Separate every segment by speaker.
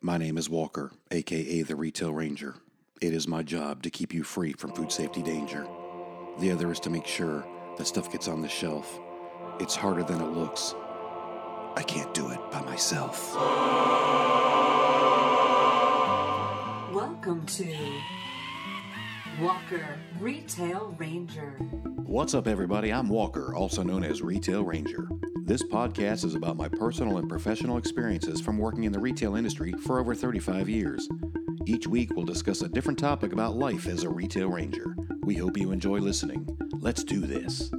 Speaker 1: My name is Walker, aka the Retail Ranger. It is my job to keep you free from food safety danger. The other is to make sure that stuff gets on the shelf. It's harder than it looks. I can't do it by myself.
Speaker 2: Welcome to Walker Retail Ranger.
Speaker 1: What's up, everybody? I'm Walker, also known as Retail Ranger. This podcast is about my personal and professional experiences from working in the retail industry for over 35 years. Each week, we'll discuss a different topic about life as a retail ranger. We hope you enjoy listening. Let's do this.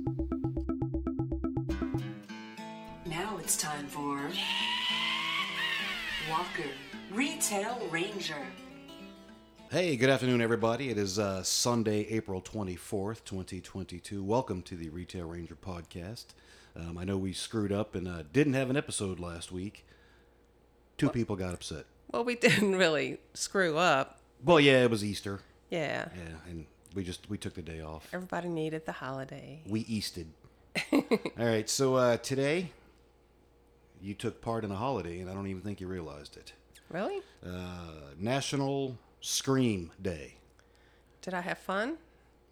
Speaker 2: Now it's time for Walker Retail Ranger.
Speaker 1: Hey, good afternoon, everybody. It is uh, Sunday, April 24th, 2022. Welcome to the Retail Ranger podcast. Um, I know we screwed up and uh, didn't have an episode last week. Two people got upset.
Speaker 3: Well, we didn't really screw up.
Speaker 1: Well, yeah, it was Easter.
Speaker 3: Yeah.
Speaker 1: Yeah, and we just we took the day off.
Speaker 3: Everybody needed the holiday.
Speaker 1: We easted. All right, so uh, today you took part in a holiday, and I don't even think you realized it.
Speaker 3: Really?
Speaker 1: Uh, National Scream Day.
Speaker 3: Did I have fun?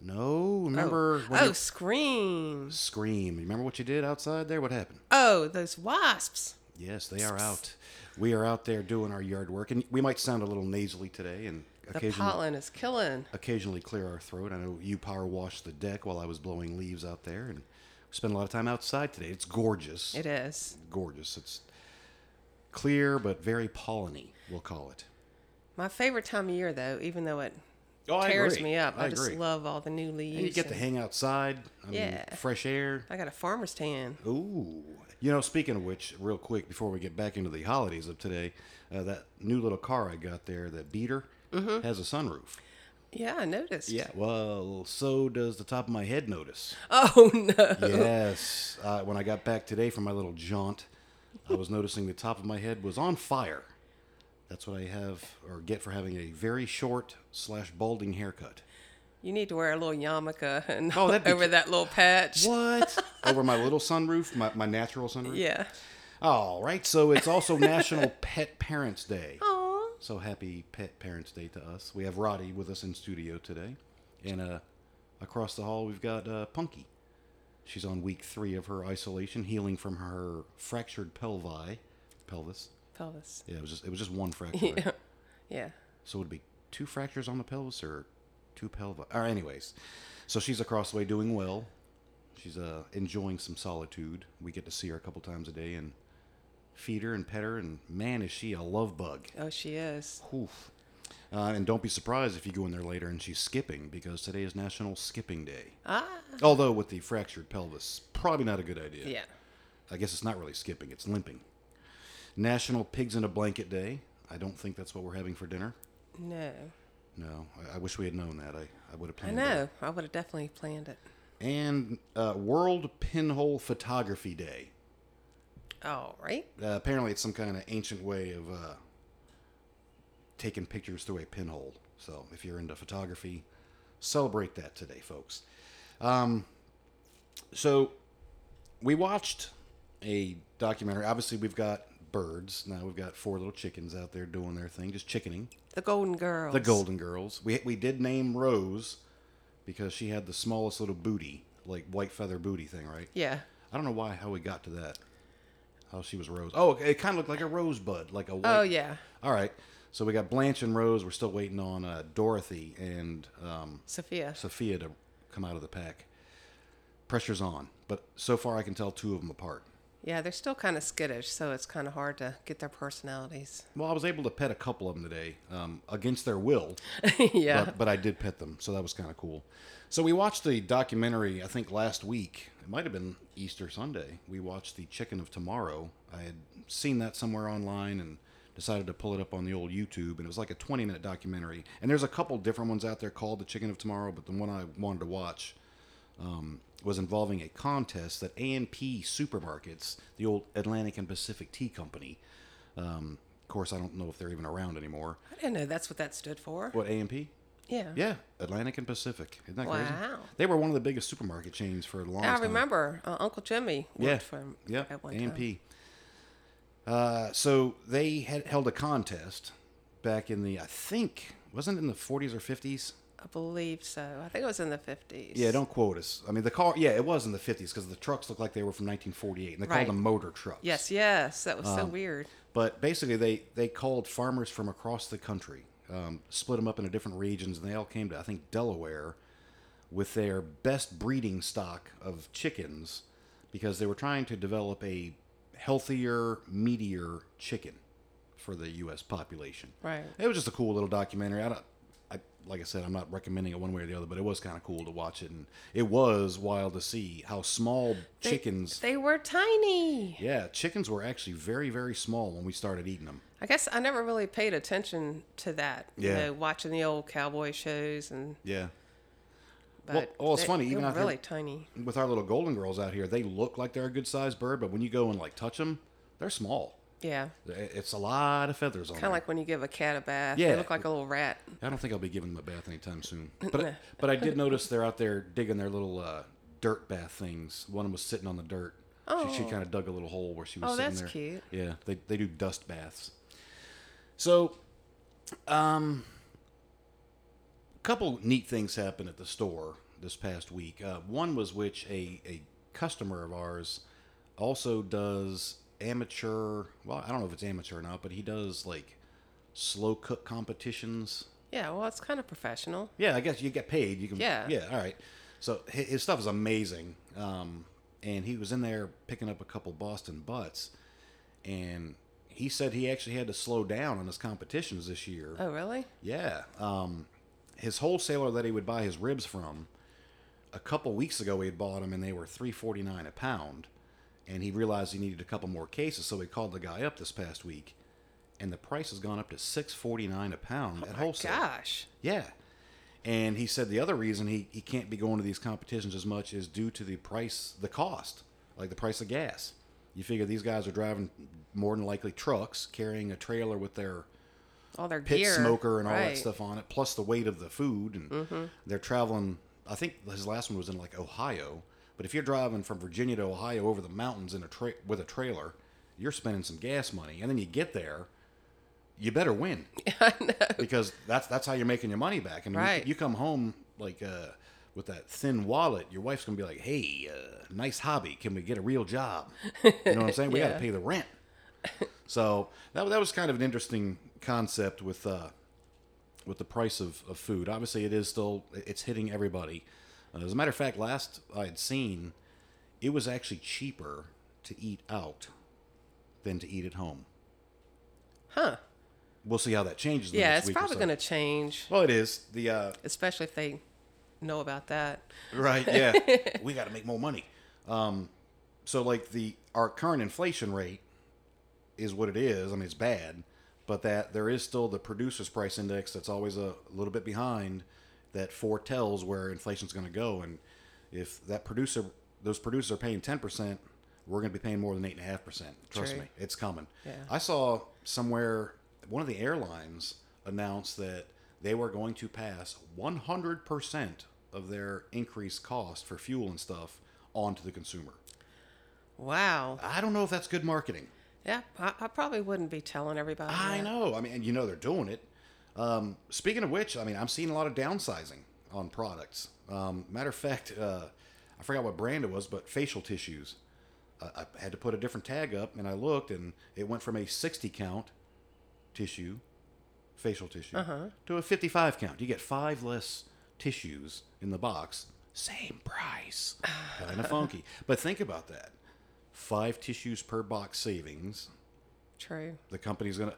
Speaker 1: No, remember
Speaker 3: oh,
Speaker 1: when
Speaker 3: oh
Speaker 1: you-
Speaker 3: screams.
Speaker 1: Scream? Remember what you did outside there? What happened?
Speaker 3: Oh, those wasps.
Speaker 1: Yes, they are out. We are out there doing our yard work, and we might sound a little nasally today, and
Speaker 3: The
Speaker 1: occasionally,
Speaker 3: pollen is killing.
Speaker 1: occasionally clear our throat. I know you power washed the deck while I was blowing leaves out there, and we spent a lot of time outside today. It's gorgeous.
Speaker 3: It is.
Speaker 1: gorgeous. It's clear but very polleny. We'll call it.
Speaker 3: My favorite time of year, though, even though it
Speaker 1: Oh, I
Speaker 3: tears
Speaker 1: agree.
Speaker 3: me up. I,
Speaker 1: I
Speaker 3: just
Speaker 1: agree.
Speaker 3: love all the new leaves.
Speaker 1: You get to
Speaker 3: and-
Speaker 1: hang outside. I mean,
Speaker 3: Yeah.
Speaker 1: fresh air.
Speaker 3: I got a farmer's tan.
Speaker 1: Ooh. You know, speaking of which, real quick before we get back into the holidays of today, uh, that new little car I got there, that beater, has a sunroof.
Speaker 3: Yeah, I noticed.
Speaker 1: Well, so does the top of my head notice.
Speaker 3: Oh no.
Speaker 1: yes. Uh, when I got back today from my little jaunt, I was noticing the top of my head was on fire. That's what I have or get for having a very short slash balding haircut.
Speaker 3: You need to wear a little yarmulke and
Speaker 1: Oh, that'd be
Speaker 3: over
Speaker 1: cute.
Speaker 3: that little patch.
Speaker 1: What? Over my little sunroof, my, my natural sunroof?
Speaker 3: Yeah.
Speaker 1: All right. So it's also National Pet Parents Day.
Speaker 3: Aw.
Speaker 1: So happy Pet Parents Day to us. We have Roddy with us in studio today. And uh, across the hall, we've got uh, Punky. She's on week three of her isolation, healing from her fractured pelvi, pelvis.
Speaker 3: Pelvis.
Speaker 1: Yeah, it was just it was just one fracture. right?
Speaker 3: Yeah.
Speaker 1: So would it be two fractures on the pelvis or two pelvis? Or anyways, so she's across the way doing well. She's uh, enjoying some solitude. We get to see her a couple times a day and feed her and pet her. And man, is she a love bug.
Speaker 3: Oh, she is.
Speaker 1: Oof. Uh, and don't be surprised if you go in there later and she's skipping because today is National Skipping Day.
Speaker 3: Ah.
Speaker 1: Although with the fractured pelvis, probably not a good idea.
Speaker 3: Yeah.
Speaker 1: I guess it's not really skipping; it's limping. National Pigs in a Blanket Day. I don't think that's what we're having for dinner.
Speaker 3: No.
Speaker 1: No, I, I wish we had known that. I, I would have
Speaker 3: I
Speaker 1: planned. better.
Speaker 3: know. I would have definitely planned it.
Speaker 1: And uh, World Pinhole Photography Day.
Speaker 3: All right.
Speaker 1: Uh, apparently, it's some kind of ancient way of uh, taking pictures through a pinhole. So, if you're into photography, celebrate that today, folks. Um, so, we watched a documentary. Obviously, we've got birds. Now we've got four little chickens out there doing their thing, just chickening.
Speaker 3: The Golden Girls.
Speaker 1: The Golden Girls. We we did name Rose because she had the smallest little booty, like white feather booty thing, right?
Speaker 3: Yeah.
Speaker 1: I don't know why how we got to that. How she was Rose. Oh, it kind of looked like a rosebud, like a. White...
Speaker 3: Oh yeah.
Speaker 1: All right. So we got Blanche and Rose. We're still waiting on uh, Dorothy and um,
Speaker 3: Sophia.
Speaker 1: Sophia to come out of the pack. Pressure's on, but so far I can tell two of them apart.
Speaker 3: Yeah, they're still kind of skittish, so it's kind of hard to get their personalities.
Speaker 1: Well, I was able to pet a couple of them today, um, against their will.
Speaker 3: yeah.
Speaker 1: but, but I did pet them, so that was kind of cool. So we watched the documentary. I think last week it might have been Easter Sunday. We watched the Chicken of Tomorrow. I had seen that somewhere online and decided to pull it up on the old YouTube, and it was like a 20 minute documentary. And there's a couple different ones out there called the Chicken of Tomorrow, but the one I wanted to watch um, was involving a contest that A&P Supermarkets, the old Atlantic and Pacific Tea Company. Um, of course, I don't know if they're even around anymore.
Speaker 3: I didn't know that's what that stood for.
Speaker 1: What A&P?
Speaker 3: Yeah.
Speaker 1: Yeah, Atlantic and Pacific. Isn't that crazy?
Speaker 3: Wow.
Speaker 1: They were one of the biggest supermarket chains for a long
Speaker 3: I
Speaker 1: time.
Speaker 3: remember uh, Uncle Jimmy worked
Speaker 1: Yeah,
Speaker 3: for him
Speaker 1: yeah,
Speaker 3: at one time.
Speaker 1: A&P. Uh, so they had held a contest back in the I think wasn't it in the 40s or 50s.
Speaker 3: I believe so. I think it was in the 50s.
Speaker 1: Yeah, don't quote us. I mean, the car. Yeah, it was in the 50s because the trucks looked like they were from 1948, and they
Speaker 3: Right.
Speaker 1: called them motor trucks.
Speaker 3: Yes, yes. That was so weird.
Speaker 1: But basically, they they called farmers from across the country, um, split them up into different regions, and they all came to I think Delaware with their best breeding stock of chickens because they were trying to develop a healthier, meatier chicken for the U.S. population.
Speaker 3: Right.
Speaker 1: It was just a cool little documentary. I don't, I like I said, I'm not recommending it one way or the other, but it was kind of cool to watch it, and it was wild to see how small
Speaker 3: They-
Speaker 1: chickens.
Speaker 3: They were tiny.
Speaker 1: yeah, chickens were actually very, very small when we started eating them.
Speaker 3: I guess I never really paid attention to that. You
Speaker 1: Yeah.
Speaker 3: know, watching the old cowboy shows and
Speaker 1: Yeah.
Speaker 3: but
Speaker 1: well, it's
Speaker 3: they-
Speaker 1: funny,
Speaker 3: they
Speaker 1: even
Speaker 3: were
Speaker 1: out there-
Speaker 3: really tiny.
Speaker 1: With our little golden girls out here, they look like they're a good sized bird, but when you go and like touch them, they're small.
Speaker 3: Yeah.
Speaker 1: It's a lot of feathers on
Speaker 3: Kind
Speaker 1: them.
Speaker 3: of like when you give a cat a bath.
Speaker 1: Yeah.
Speaker 3: They look like a little rat.
Speaker 1: I don't think I'll be giving them a bath anytime soon. But but I did notice they're out there digging their little uh, dirt bath things. One of 'em was sitting on the dirt. She, she
Speaker 3: Oh.
Speaker 1: kind of dug a little hole where she was
Speaker 3: Oh,
Speaker 1: sitting
Speaker 3: that's
Speaker 1: there.
Speaker 3: cute.
Speaker 1: Yeah, they, they do dust baths. So, um, a couple neat things happened at the store this past week. Uh, one was which a, a customer of ours also does amateur, well, I don't know if it's amateur or not, but he does like slow cook competitions.
Speaker 3: Yeah. Well, it's kind of professional.
Speaker 1: Yeah, I guess you get paid. You can.
Speaker 3: Yeah.
Speaker 1: Yeah. All right. So hi- his stuff is amazing. Um, and he was in there picking up a couple Boston butts, and he said he actually had to slow down on his competitions this year.
Speaker 3: Oh, really?
Speaker 1: Yeah. Um, his wholesaler that he would buy his ribs from, a couple weeks ago he had bought them and they were three forty nine a pound, and he realized he needed a couple more cases, so he called the guy up this past week, and the price has gone up to six forty nine a pound
Speaker 3: Oh
Speaker 1: at wholesale.
Speaker 3: Gosh.
Speaker 1: Yeah. And he said the other reason he, he can't be going to these competitions as much is due to the price, the cost, like the price of gas. You figure these guys are driving more than likely trucks, carrying a trailer with their
Speaker 3: All their
Speaker 1: pit
Speaker 3: gear.
Speaker 1: smoker and all
Speaker 3: Right. Mm-hmm.
Speaker 1: that stuff on it, plus the weight of the food. And they're traveling, I think his last one was in like Ohio. But if you're driving from Virginia to Ohio over the mountains in a tra- with a trailer, you're spending some gas money. And then you get there, you better win because that's that's how you're making your money back. I mean, you-
Speaker 3: Right.
Speaker 1: you, come home like uh, with that thin wallet, your wife's gonna be like, "Hey, uh, nice hobby. Can we get a real job?" You know what I'm saying? We got
Speaker 3: Yeah.
Speaker 1: to pay the rent. So that that was kind of an interesting concept with uh, with the price of, of food. Obviously, it is still it's hitting everybody. Uh, as a matter of fact, last I had seen, it was actually cheaper to eat out than to eat at home.
Speaker 3: Huh.
Speaker 1: We'll see how that changes. in the
Speaker 3: Yeah.
Speaker 1: next
Speaker 3: It's
Speaker 1: week or
Speaker 3: probably
Speaker 1: so.
Speaker 3: going to change,
Speaker 1: Well, it is the uh,
Speaker 3: especially if they know about that.
Speaker 1: right. Yeah, we got to make more money. Um, so like the our current inflation rate is what it is. I mean, it's bad, but that there is still the producers' price index that's always a little bit behind that foretells where inflation's going to go. And if that producer, those producers are paying ten percent, we're going to be paying more than eight and a half percent. Trust
Speaker 3: True.
Speaker 1: me, it's coming.
Speaker 3: Yeah.
Speaker 1: I saw somewhere one of the airlines announced that they were going to pass 100% of their increased cost for fuel and stuff onto the consumer.
Speaker 3: Wow.
Speaker 1: I don't know if that's good marketing.
Speaker 3: Yeah. I, I probably wouldn't be telling everybody.
Speaker 1: I
Speaker 3: that.
Speaker 1: know. I mean, and you know they're doing it. Um, speaking of which, I mean, I'm seeing a lot of downsizing on products. Um, matter of fact, uh, I forgot what brand it was, but facial tissues. I, I had to put a different tag up, and I looked, and it went from a 60 count tissue, facial tissue, to a 55 count. You get five less tissues in the box, same price. kind of funky. But think about that. Five tissues per box savings
Speaker 3: True.
Speaker 1: the company's gonna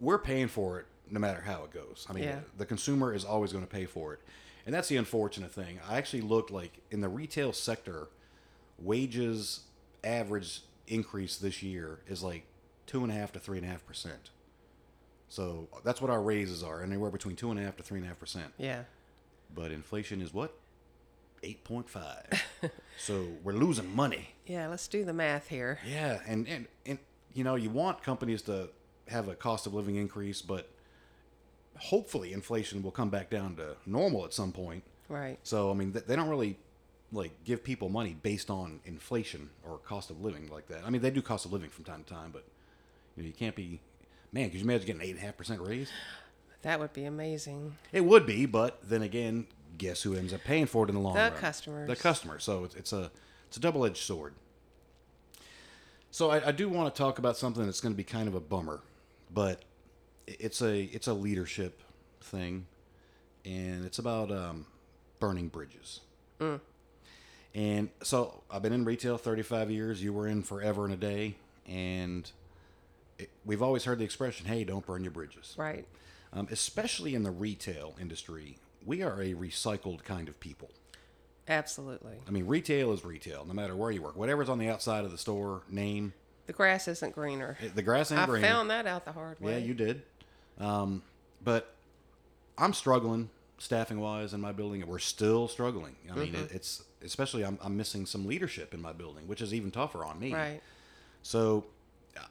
Speaker 1: we're paying for it no matter how it goes i mean
Speaker 3: Yeah.
Speaker 1: the consumer is always going to pay for it and that's the unfortunate thing i actually looked like in the retail sector wages average increase this year is like two and a half to three and a half percent so that's what our raises are anywhere between two and a half to three and a half percent
Speaker 3: Yeah.
Speaker 1: but inflation is what 8.5 so we're losing money
Speaker 3: Yeah. Let's do the math here.
Speaker 1: yeah, and and and you know, you want companies to have a cost of living increase, but hopefully inflation will come back down to normal at some point.
Speaker 3: Right.
Speaker 1: So I mean, th- they don't really like give people money based on inflation or cost of living like that. I mean, they do cost of living from time to time, but you know, you can't be Man, could you imagine getting an 8.5% raise?
Speaker 3: That would be amazing.
Speaker 1: It would be, but then again, guess who ends up paying for it in the long
Speaker 3: The
Speaker 1: run?
Speaker 3: customers.
Speaker 1: The customer. So it's, it's a it's a double edged sword. So I, I do want to talk about something that's going to be kind of a bummer, but i- it's a it's a leadership thing, and it's about um, burning bridges.
Speaker 3: Mm.
Speaker 1: And so I've been in retail 35 years. You were in forever and a day, and it, we've always heard the expression, "Hey, don't burn your bridges."
Speaker 3: Right.
Speaker 1: um, especially in the retail industry, we are a recycled kind of people.
Speaker 3: Absolutely.
Speaker 1: I mean, retail is retail, no matter where you work. Whatever's on the outside of the store name,
Speaker 3: The grass isn't greener.
Speaker 1: it- the grass ain't
Speaker 3: I
Speaker 1: green.
Speaker 3: found that out the hard
Speaker 1: yeah,
Speaker 3: way.
Speaker 1: you did. Um, but I'm struggling staffing wise in my building. and We're still struggling. I mean,
Speaker 3: Mm-hmm.
Speaker 1: it, it's especially I'm, I'm missing some leadership in my building, which is even tougher on me.
Speaker 3: Right.
Speaker 1: So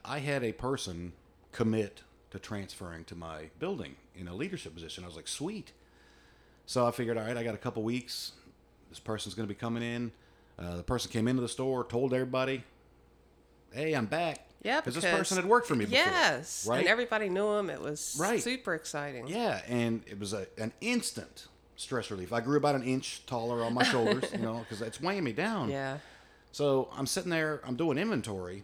Speaker 1: I had a person commit to transferring to my building in a leadership position. I was like, sweet. So I figured, all right, I got a couple weeks. This person's going to be coming in. Uh, the person came into the store, told everybody, hey, I'm back.
Speaker 3: Yeah,
Speaker 1: Because this person had worked for me before.
Speaker 3: Yes.
Speaker 1: Right.
Speaker 3: And everybody knew him. It was
Speaker 1: Right.
Speaker 3: super exciting.
Speaker 1: Yeah, and it was a, an instant stress relief. I grew about an inch taller on my shoulders, you know, because it's weighing me down.
Speaker 3: Yeah.
Speaker 1: So I'm sitting there, I'm doing inventory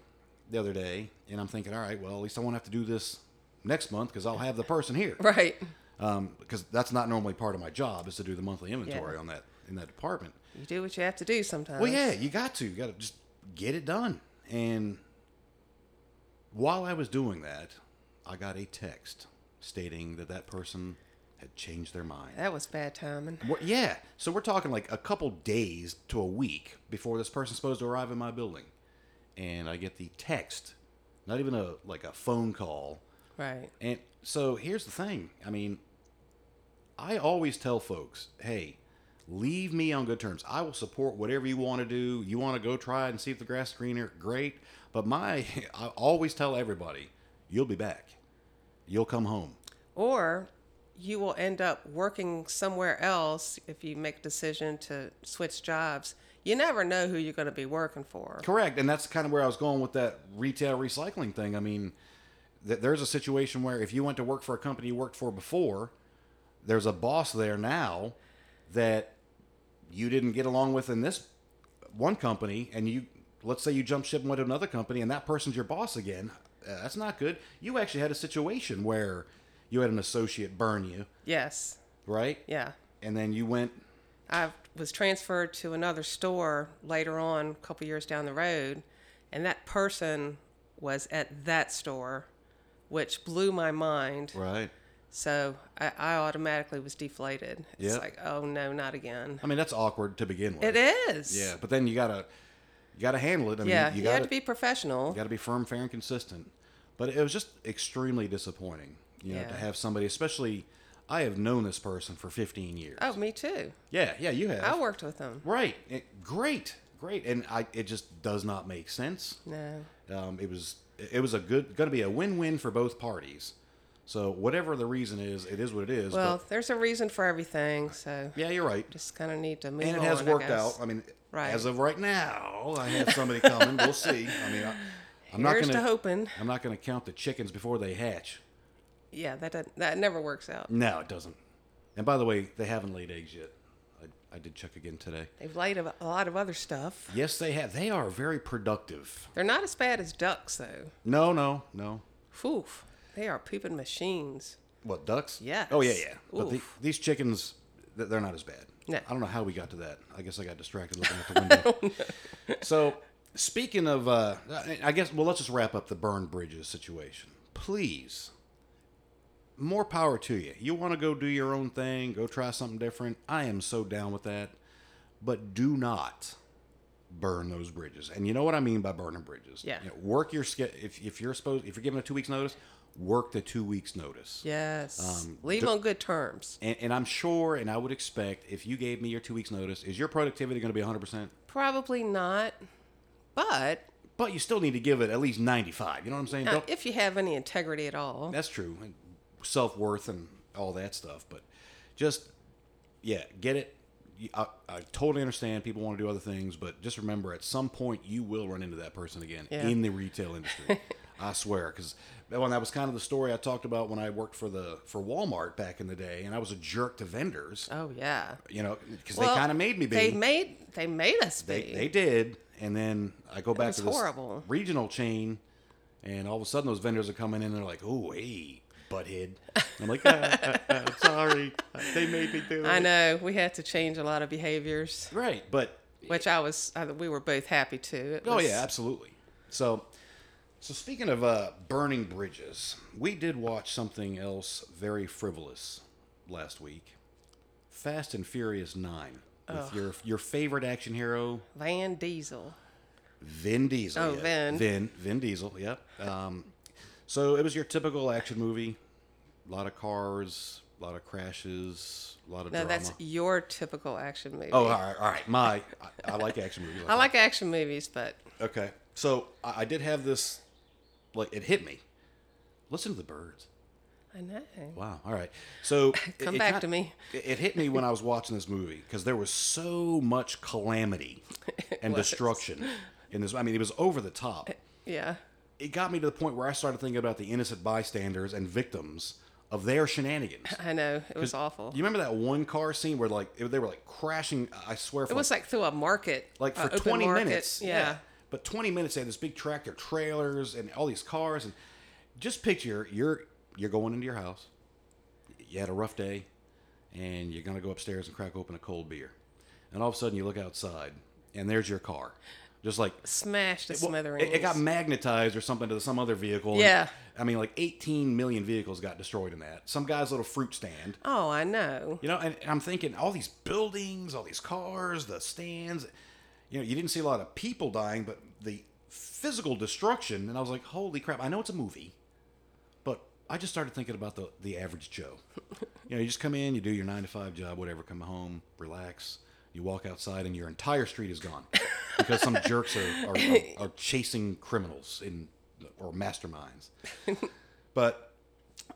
Speaker 1: the other day, and I'm thinking, all right, well, at least I won't have to do this next month because I'll have the person here.
Speaker 3: Right.
Speaker 1: Um, because that's not normally part of my job is to do the monthly inventory
Speaker 3: Yeah.
Speaker 1: on that in that department.
Speaker 3: You do what you have to do sometimes.
Speaker 1: Well, yeah, you got to, you got to just get it done. And while I was doing that, I got a text stating that that person had changed their mind.
Speaker 3: That was bad timing.
Speaker 1: Well, yeah. So we're talking like a couple days to a week before this person's supposed to arrive in my building, and I get the text, not even a like a phone call.
Speaker 3: Right.
Speaker 1: And so here's the thing. I mean, I always tell folks, hey, leave me on good terms. I will support whatever you want to do. You want to go try and see if the grass is greener, great. But my, I always tell everybody, you'll be back. You'll come home.
Speaker 3: Or you will end up working somewhere else if you make a decision to switch jobs. You never know who you're going to be working for.
Speaker 1: Correct, and that's kind of where I was going with that retail recycling thing. I mean, th- there's a situation where if you went to work for a company you worked for before, there's a boss there now that you didn't get along with in this one company, and you let's say you jump ship and went to another company, and that person's your boss again. Uh, that's not good. You actually had a situation where you had an associate burn you,
Speaker 3: Yes.
Speaker 1: right?
Speaker 3: Yeah.
Speaker 1: And then you went
Speaker 3: I was transferred to another store later on, a couple years down the road, and that person was at that store, which blew my mind.
Speaker 1: right.
Speaker 3: So I, I automatically was deflated. It's
Speaker 1: Yeah.
Speaker 3: like, oh no, not again.
Speaker 1: I mean, that's awkward to begin with.
Speaker 3: It is.
Speaker 1: Yeah, but then you gotta you gotta handle it. I mean,
Speaker 3: yeah.
Speaker 1: you,
Speaker 3: you
Speaker 1: gotta
Speaker 3: had to be professional.
Speaker 1: You got to be firm, fair, and consistent. But it was just extremely disappointing, you know, to
Speaker 3: Yeah.
Speaker 1: have somebody, especially I have known this person for 15 years.
Speaker 3: Oh, me too.
Speaker 1: Yeah, yeah, you have.
Speaker 3: I worked with them.
Speaker 1: Right. It- great, great. And I, it just does not make sense.
Speaker 3: No.
Speaker 1: Um, it was, it was a good, going to be a win-win for both parties. So whatever the reason is, it is what it is.
Speaker 3: Well, there's a reason for everything, so
Speaker 1: but yeah, you're right.
Speaker 3: just kind of need to move
Speaker 1: And it
Speaker 3: on.
Speaker 1: has
Speaker 3: I
Speaker 1: worked out.
Speaker 3: guess.
Speaker 1: I mean,
Speaker 3: Right.
Speaker 1: as of right now, I have somebody coming. we'll see. I mean, I, I'm not
Speaker 3: Here's
Speaker 1: going
Speaker 3: to hoping.
Speaker 1: I'm not going to count the chickens before they hatch.
Speaker 3: Yeah, that doesn't- that never works out.
Speaker 1: No, it doesn't. And by the way, they haven't laid eggs yet. I, I did check again today.
Speaker 3: They've laid a, a lot of other stuff.
Speaker 1: Yes, they have. They are very productive.
Speaker 3: They're not as bad as ducks, though.
Speaker 1: No, no, no.
Speaker 3: Whew, they are pooping machines.
Speaker 1: What ducks?
Speaker 3: Yes.
Speaker 1: Oh yeah, yeah. But the,
Speaker 3: Oof.
Speaker 1: these chickens, th- they're not as bad.
Speaker 3: No.
Speaker 1: I don't know how we got to that. I guess I got distracted looking at the window. so speaking of, uh, I- I guess well, let's just wrap up the burn bridges situation. Please, more power to you. You want to go do your own thing, go try something different. I am so down with that. But do not burn those bridges. And you know what I mean by burning bridges.
Speaker 3: Yeah.
Speaker 1: You know, work your ske- if if you're supposed if you're given a two weeks notice, work the two weeks notice.
Speaker 3: Yes.
Speaker 1: Um,
Speaker 3: Leave
Speaker 1: du-
Speaker 3: on good terms.
Speaker 1: And, and I'm sure, and I would expect, if you gave me your two weeks' notice, is your productivity going to be 100%?
Speaker 3: Probably not, but
Speaker 1: But you still need to give it at least 95. You know what I'm saying?
Speaker 3: uh,
Speaker 1: Don't-
Speaker 3: if you have any integrity at all,
Speaker 1: that's true. And self worth and all that stuff. But just, yeah, get it. You- I, I totally understand people want to do other things, but just remember at some point you will run into that person again
Speaker 3: Yeah.
Speaker 1: in the retail industry. I swear, because well, and that was kind of the story I talked about when I worked for the for Walmart back in the day, and I was a jerk to vendors,
Speaker 3: Oh yeah.
Speaker 1: you know, because
Speaker 3: Well,
Speaker 1: they kind of made me be.
Speaker 3: They made they made us be.
Speaker 1: They, they did, and then I go back
Speaker 3: was
Speaker 1: to this
Speaker 3: horrible.
Speaker 1: regional chain, and all of a sudden those vendors are coming in and they're like, "Oh, hey, butthead." And I'm like, "Ah, ah, ah, "Sorry, they made me do it."
Speaker 3: I know we had to change a lot of behaviors,
Speaker 1: right? But
Speaker 3: which I was I, we were both happy to. It
Speaker 1: oh
Speaker 3: was-
Speaker 1: yeah, absolutely. So, so speaking of uh, burning bridges, we did watch something else very frivolous last week: Fast and Furious Nine with your your favorite action hero,
Speaker 3: Van Diesel.
Speaker 1: Vin Diesel.
Speaker 3: Oh,
Speaker 1: yeah.
Speaker 3: Vin.
Speaker 1: Vin. Vin Diesel. Yep. Um, so it was your typical action movie. A lot of cars, a lot of crashes, a lot of
Speaker 3: No,
Speaker 1: drama.
Speaker 3: that's your typical action movie.
Speaker 1: oh, all right, all right. My, I, I like action movies.
Speaker 3: I like action movies, but
Speaker 1: that. Okay, so I, I did have this. Like it hit me. Listen to the birds.
Speaker 3: I know.
Speaker 1: Wow. All right. So
Speaker 3: Come back
Speaker 1: kin-
Speaker 3: to me.
Speaker 1: It, it hit me when I was watching this movie because there was so much calamity and
Speaker 3: was.
Speaker 1: destruction in this. I mean, it was over the top.
Speaker 3: Yeah.
Speaker 1: it got me to the point where I started thinking about the innocent bystanders and victims of their shenanigans.
Speaker 3: I know. It was awful.
Speaker 1: You remember that one car scene where like it- they were like crashing? I swear, for
Speaker 3: it was like through a market.
Speaker 1: like
Speaker 3: a
Speaker 1: for
Speaker 3: open
Speaker 1: twenty
Speaker 3: market.
Speaker 1: minutes.
Speaker 3: Yeah.
Speaker 1: but twenty minutes they had this big tractor trailers and all these cars and just picture you're you're going into your house. You had a rough day, and you're gonna go upstairs and crack open a cold beer, and all of a sudden you look outside and there's your car, just like
Speaker 3: Smashed to
Speaker 1: well,
Speaker 3: smithereens.
Speaker 1: It, it got magnetized or something to some other vehicle. and-
Speaker 3: Yeah.
Speaker 1: I mean, like 18 million vehicles got destroyed in that. Some guy's little fruit stand.
Speaker 3: Oh, I know.
Speaker 1: You know, and, and I'm thinking all these buildings, all these cars, the stands. You know, you didn't see a lot of people dying, but the physical destruction. And I was like, holy crap, I know it's a movie, but I just started thinking about the, the average Joe. you know, you just come in, you do your nine to five job, whatever, come home, relax. You walk outside, and your entire street is gone because some jerks are, are, are, are chasing criminals in, or masterminds. But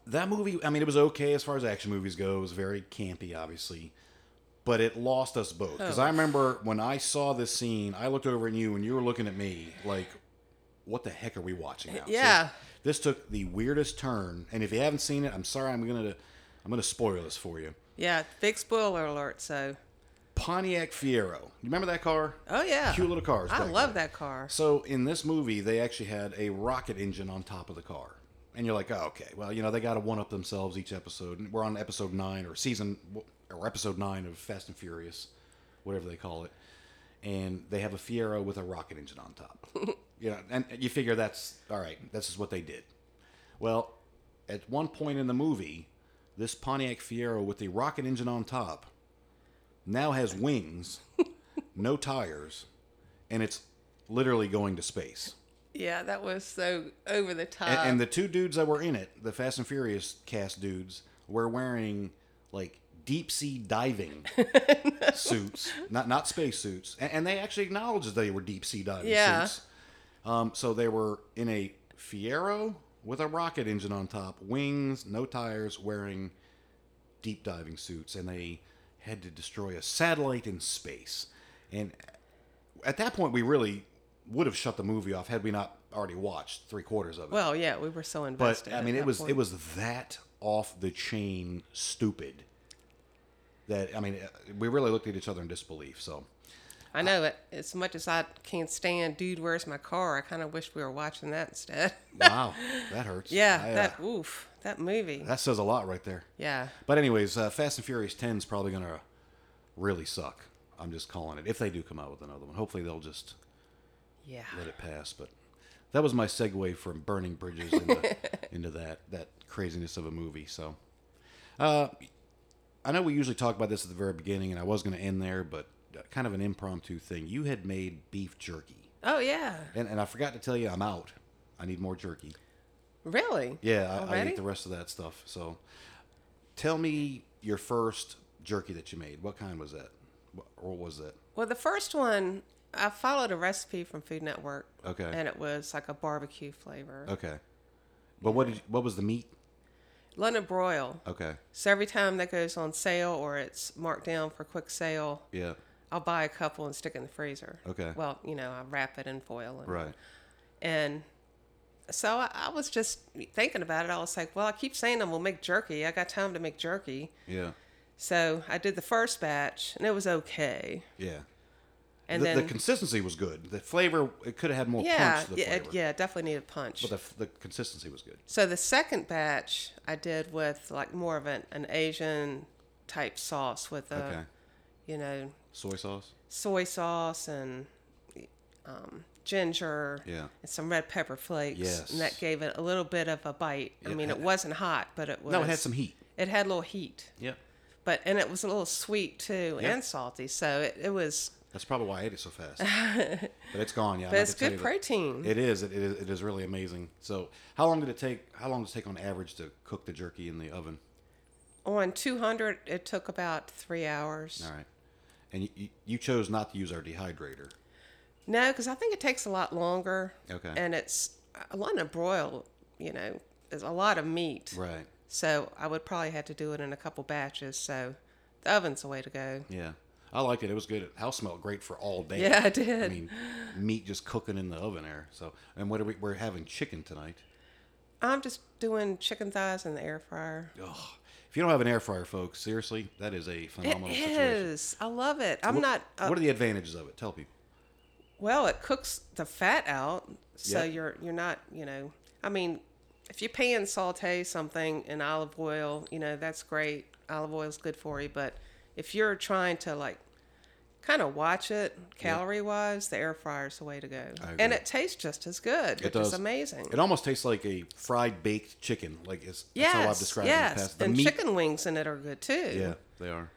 Speaker 1: that movie i mean it was okay as far as action movies go it was very campy obviously but it lost us both because
Speaker 3: Oh.
Speaker 1: i remember when i saw this scene i looked over at you and you were looking at me like what the heck are we watching now So
Speaker 3: Yeah.
Speaker 1: this took the weirdest turn and if you haven't seen it i'm sorry i'm gonna i'm gonna spoil this for you
Speaker 3: Yeah. Big spoiler alert. So.
Speaker 1: pontiac fiero you remember that car
Speaker 3: Oh yeah.
Speaker 1: cute little cars
Speaker 3: I
Speaker 1: back
Speaker 3: love
Speaker 1: then.
Speaker 3: that car.
Speaker 1: So in this movie, they actually had a rocket engine on top of the car, and you're like, oh, okay, well, you know, they got to one up themselves each episode. And We're on episode nine or season or episode nine of Fast and Furious, whatever they call it, and they have a Fiero with a rocket engine on top. you know, and you figure that's all right. This is what they did. Well, at one point in the movie, this Pontiac Fiero with the rocket engine on top now has wings, no tires, and it's literally going to space.
Speaker 3: Yeah, that was so over the top.
Speaker 1: And, and the two dudes that were in it, the Fast and Furious cast dudes, were wearing like deep sea diving suits, not not space suits, and, and they actually acknowledged that they were deep sea diving
Speaker 3: Yeah.
Speaker 1: suits. Um, so they were in a Fiero with a rocket engine on top, wings, no tires, wearing deep diving suits, and they had to destroy a satellite in space. And at that point, we really would have shut the movie off had we not already watched three quarters of it.
Speaker 3: well, yeah, we were so
Speaker 1: But
Speaker 3: invested.
Speaker 1: I
Speaker 3: at
Speaker 1: mean, it
Speaker 3: that
Speaker 1: was
Speaker 3: point.
Speaker 1: it was that off the chain stupid that I mean, we really looked at each other in disbelief. So
Speaker 3: I know it. As much as I can't stand, dude, where's my car? I kind of wish we were watching that instead.
Speaker 1: wow, that hurts.
Speaker 3: yeah,
Speaker 1: I, uh,
Speaker 3: that oof, that movie.
Speaker 1: that says a lot right there.
Speaker 3: yeah,
Speaker 1: But anyways, uh, Fast and Furious Ten is probably gonna really suck. I'm just calling it. If they do come out with another one, hopefully they'll just
Speaker 3: yeah.
Speaker 1: let it pass. But that was my segue from burning bridges into, into that that craziness of a movie. So, uh, I know we usually talk about this at the very beginning, and I was going to end there, but uh, kind of an impromptu thing. You had made beef jerky,
Speaker 3: Oh yeah,
Speaker 1: and and I forgot to tell you I'm out. I need more jerky.
Speaker 3: really?
Speaker 1: Yeah, I, I
Speaker 3: Already?
Speaker 1: ate the rest of that stuff. So, tell me your first jerky that you made. What kind was that? What, or was that?
Speaker 3: Well, the first one, I followed a recipe from Food Network.
Speaker 1: Okay.
Speaker 3: And it was like a barbecue flavor.
Speaker 1: Okay. But what did you, what was the meat?
Speaker 3: London broil.
Speaker 1: Okay.
Speaker 3: So every time that goes on sale or it's marked down for quick sale,
Speaker 1: Yeah.
Speaker 3: I'll buy a couple and stick it in the freezer.
Speaker 1: Okay.
Speaker 3: Well, you know, I wrap it in foil. And,
Speaker 1: Right.
Speaker 3: And so I, I was just thinking about it. I was like, well, I keep saying I'm gonna make jerky. I got time to make jerky.
Speaker 1: Yeah.
Speaker 3: So I did the first batch, and it was okay.
Speaker 1: Yeah.
Speaker 3: And
Speaker 1: the,
Speaker 3: then
Speaker 1: the consistency was good. The flavor, it could have had more
Speaker 3: yeah,
Speaker 1: punch to the
Speaker 3: yeah, it,
Speaker 1: flavor.
Speaker 3: yeah, it definitely needed punch.
Speaker 1: But the, f- the consistency was good.
Speaker 3: So the second batch I did with like more of an, an Asian type sauce with a,
Speaker 1: Okay.
Speaker 3: you know,
Speaker 1: Soy sauce?
Speaker 3: soy sauce and um, ginger
Speaker 1: Yeah.
Speaker 3: and some red pepper flakes. And
Speaker 1: Yes.
Speaker 3: that gave it a little bit of a bite. I
Speaker 1: Yeah,
Speaker 3: mean,
Speaker 1: it-
Speaker 3: it wasn't hot, but it was.
Speaker 1: No, it had some heat.
Speaker 3: It had a little heat,
Speaker 1: Yeah.
Speaker 3: but and it was a little sweet too
Speaker 1: Yeah.
Speaker 3: and salty. So it, it was,
Speaker 1: That's probably why I ate it so fast. but it's gone, yeah. I'm
Speaker 3: but
Speaker 1: not
Speaker 3: it's
Speaker 1: gonna
Speaker 3: good
Speaker 1: tell you
Speaker 3: protein.
Speaker 1: that- It is, it is. It is really amazing. So, how long did it take? How long does it take on average to cook the jerky in the oven?
Speaker 3: On 200, it took about three hours.
Speaker 1: All right. And you- you, you chose not to use our dehydrator.
Speaker 3: No, because I think it takes a lot longer.
Speaker 1: Okay.
Speaker 3: And it's a lot of broil, you know, is a lot of meat.
Speaker 1: Right.
Speaker 3: So I would probably have to do it in a couple batches. So the oven's the way to go.
Speaker 1: Yeah. I liked it. It was good. House smelled great for all day.
Speaker 3: Yeah, I did.
Speaker 1: I mean, meat just cooking in the oven there. So, and what are we? We're having chicken tonight.
Speaker 3: I'm just doing chicken thighs in the air fryer.
Speaker 1: Oh, if you don't have an air fryer, folks, seriously, that is a
Speaker 3: It
Speaker 1: phenomenal situation.
Speaker 3: is. I love it. I'm
Speaker 1: What-
Speaker 3: not. Uh,
Speaker 1: what are the advantages of it? Tell people.
Speaker 3: well, it cooks the fat out, so
Speaker 1: Yep.
Speaker 3: you're you're not you know. I mean, if you pan saute something in olive oil, you know that's great. Olive oil's good for you, but if you're trying to like kind of watch it calorie wise, the air fryer's the way to go,
Speaker 1: I
Speaker 3: and
Speaker 1: agree.
Speaker 3: it tastes just as good. which is amazing.
Speaker 1: It almost tastes like a fried baked chicken. Like it's
Speaker 3: yes,
Speaker 1: that's how I've described it
Speaker 3: yes,
Speaker 1: in the past. The
Speaker 3: and
Speaker 1: meat,
Speaker 3: chicken wings in it are good too.
Speaker 1: yeah, they are.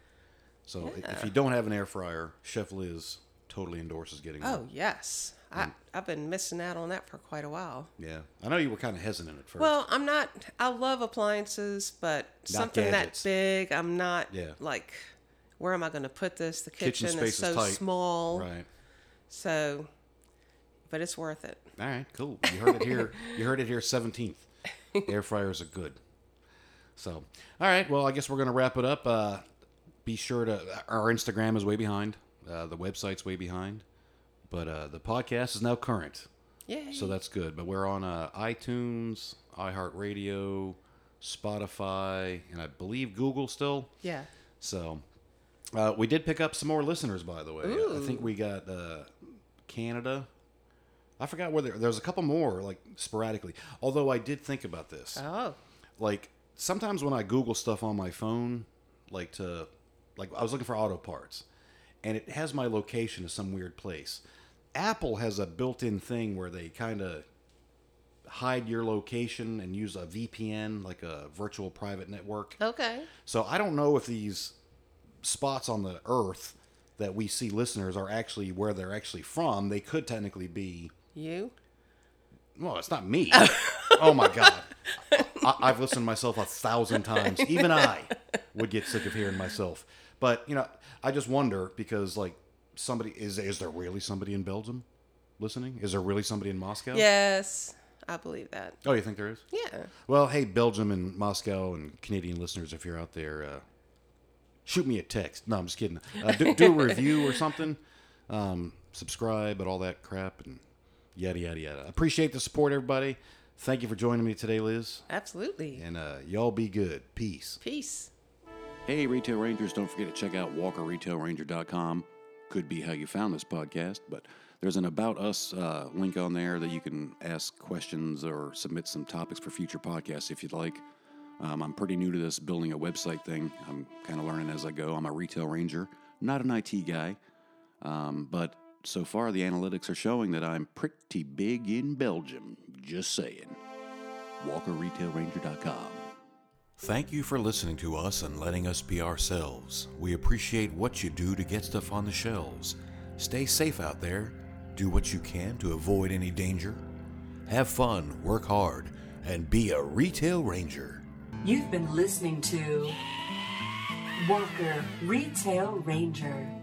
Speaker 1: So i- if you don't have an air fryer, Chef Liz totally endorses getting one.
Speaker 3: Oh yes, I I've been missing out on that for quite a while.
Speaker 1: Yeah, I know you were kind of hesitant at first.
Speaker 3: Well, I'm not. I love appliances, but something
Speaker 1: gadgets.
Speaker 3: that big, I'm not.
Speaker 1: Yeah.
Speaker 3: Like, where am I going to put this? The
Speaker 1: Kitchen
Speaker 3: kitchen,
Speaker 1: space
Speaker 3: is
Speaker 1: is
Speaker 3: so
Speaker 1: tight.
Speaker 3: small.
Speaker 1: right.
Speaker 3: So, but it's worth it.
Speaker 1: All right, cool. You heard it here. you heard it here. Seventeenth, air fryers are good. So, all right. Well, I guess we're gonna wrap it up. Uh, be sure to our Instagram is way behind. Uh, the website's way behind, but uh, the podcast is now current,
Speaker 3: Yay.
Speaker 1: so that's good. But we're on uh, iTunes, iHeartRadio, Spotify, and I believe Google still.
Speaker 3: yeah.
Speaker 1: So, uh, we did pick up some more listeners, by the way. I
Speaker 3: Ooh.
Speaker 1: think we got uh, Canada. I forgot whether there's a couple more, like sporadically. Although I did think about this,
Speaker 3: Oh.
Speaker 1: like sometimes when I Google stuff on my phone, like to, like I was looking for auto parts, and it has my location to some weird place. Apple has a built-in thing where they kind of hide your location and use a VPN, like a virtual private network.
Speaker 3: Okay.
Speaker 1: So I don't know if these spots on the earth that we see listeners are actually where they're actually from. They could technically be.
Speaker 3: You.
Speaker 1: Well, it's not me. oh my god, I, I've listened to myself a thousand times. Even I would get sick of hearing myself. But you know, I just wonder because like somebody is is there really somebody in Belgium listening? Is there really somebody in Moscow?
Speaker 3: Yes, I believe that.
Speaker 1: Oh, you think there is?
Speaker 3: Yeah.
Speaker 1: Well, hey, Belgium and Moscow and Canadian listeners, if you're out there, uh, shoot me a text. No, I'm just kidding. Uh, do, do a review or something. Um, subscribe and all that crap and yada, yada, yada. Appreciate the support, everybody. Thank you for joining me today, Liz.
Speaker 3: Absolutely.
Speaker 1: And uh, y'all be good. Peace.
Speaker 3: Peace.
Speaker 1: Hey, Retail Rangers, don't forget to check out walkerretailranger.com. Could be how you found this podcast, but there's an About Us uh, link on there that you can ask questions or submit some topics for future podcasts if you'd like. Um, I'm pretty new to this building a website thing. I'm kind of learning as I go. I'm a retail ranger, not an IT guy. Um, but so far, the analytics are showing that I'm pretty big in Belgium. Just saying. WalkerRetailRanger.com. Thank you for listening to us and letting us be ourselves. We appreciate what you do to get stuff on the shelves. Stay safe out there. Do what you can to avoid any danger. Have fun, work hard, and be a retail ranger.
Speaker 2: You've been listening to Walker Retail Ranger.